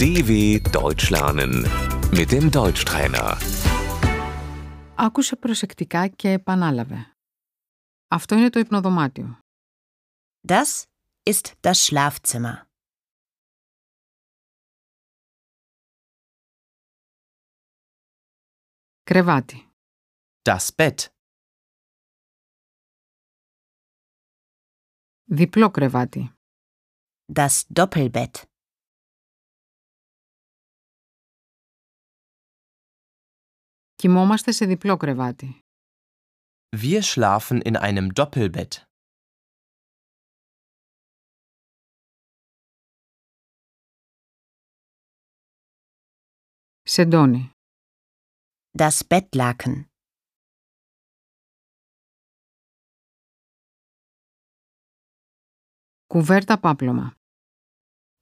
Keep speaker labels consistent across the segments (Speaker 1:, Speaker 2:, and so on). Speaker 1: DW Deutsch lernen mit dem Deutschtrainer.
Speaker 2: Άκουσε προσεκτικά και επανάλαβε. Αυτό είναι το υπνοδωμάτιο.
Speaker 3: Das ist das Schlafzimmer.
Speaker 2: Κρεβάτι.
Speaker 4: Das Bett.
Speaker 2: Διπλό κρεβάτι.
Speaker 3: Das Doppelbett.
Speaker 2: Κοιμόμαστε σε διπλό κρεβάτι.
Speaker 4: Wir schlafen in einem Doppelbett.
Speaker 2: Σεντόνι.
Speaker 3: Das Bettlaken.
Speaker 2: Κουβέρτα πάπλωμα.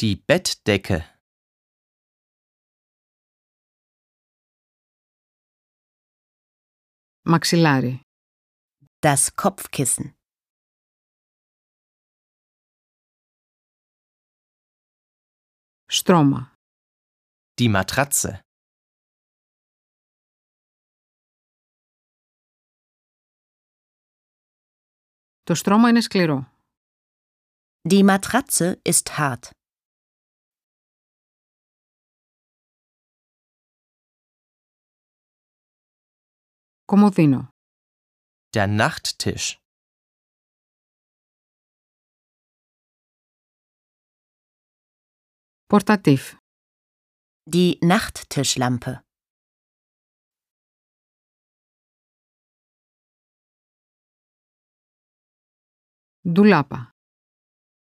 Speaker 4: Die Bettdecke.
Speaker 2: Μαξιλάρι.
Speaker 3: Das Kopfkissen.
Speaker 2: Στρώμα.
Speaker 4: Die Matratze.
Speaker 2: Το στρώμα είναι σκληρό.
Speaker 3: Die Matratze ist hart.
Speaker 2: Κομοδίνο.
Speaker 4: Der Nachttisch.
Speaker 2: Πορτατίφ.
Speaker 3: Die Nachttischlampe.
Speaker 2: Ντουλάπα.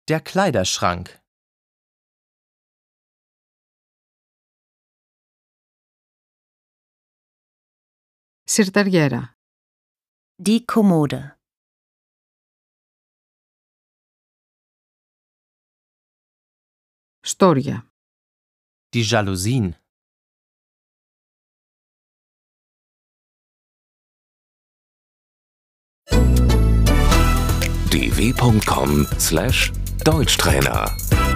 Speaker 4: Der Kleiderschrank.
Speaker 2: Σιρταριέρα.
Speaker 3: Die Kommode.
Speaker 2: Στόρια.
Speaker 4: Die Jalousien.
Speaker 1: dw.com/deutschtrainer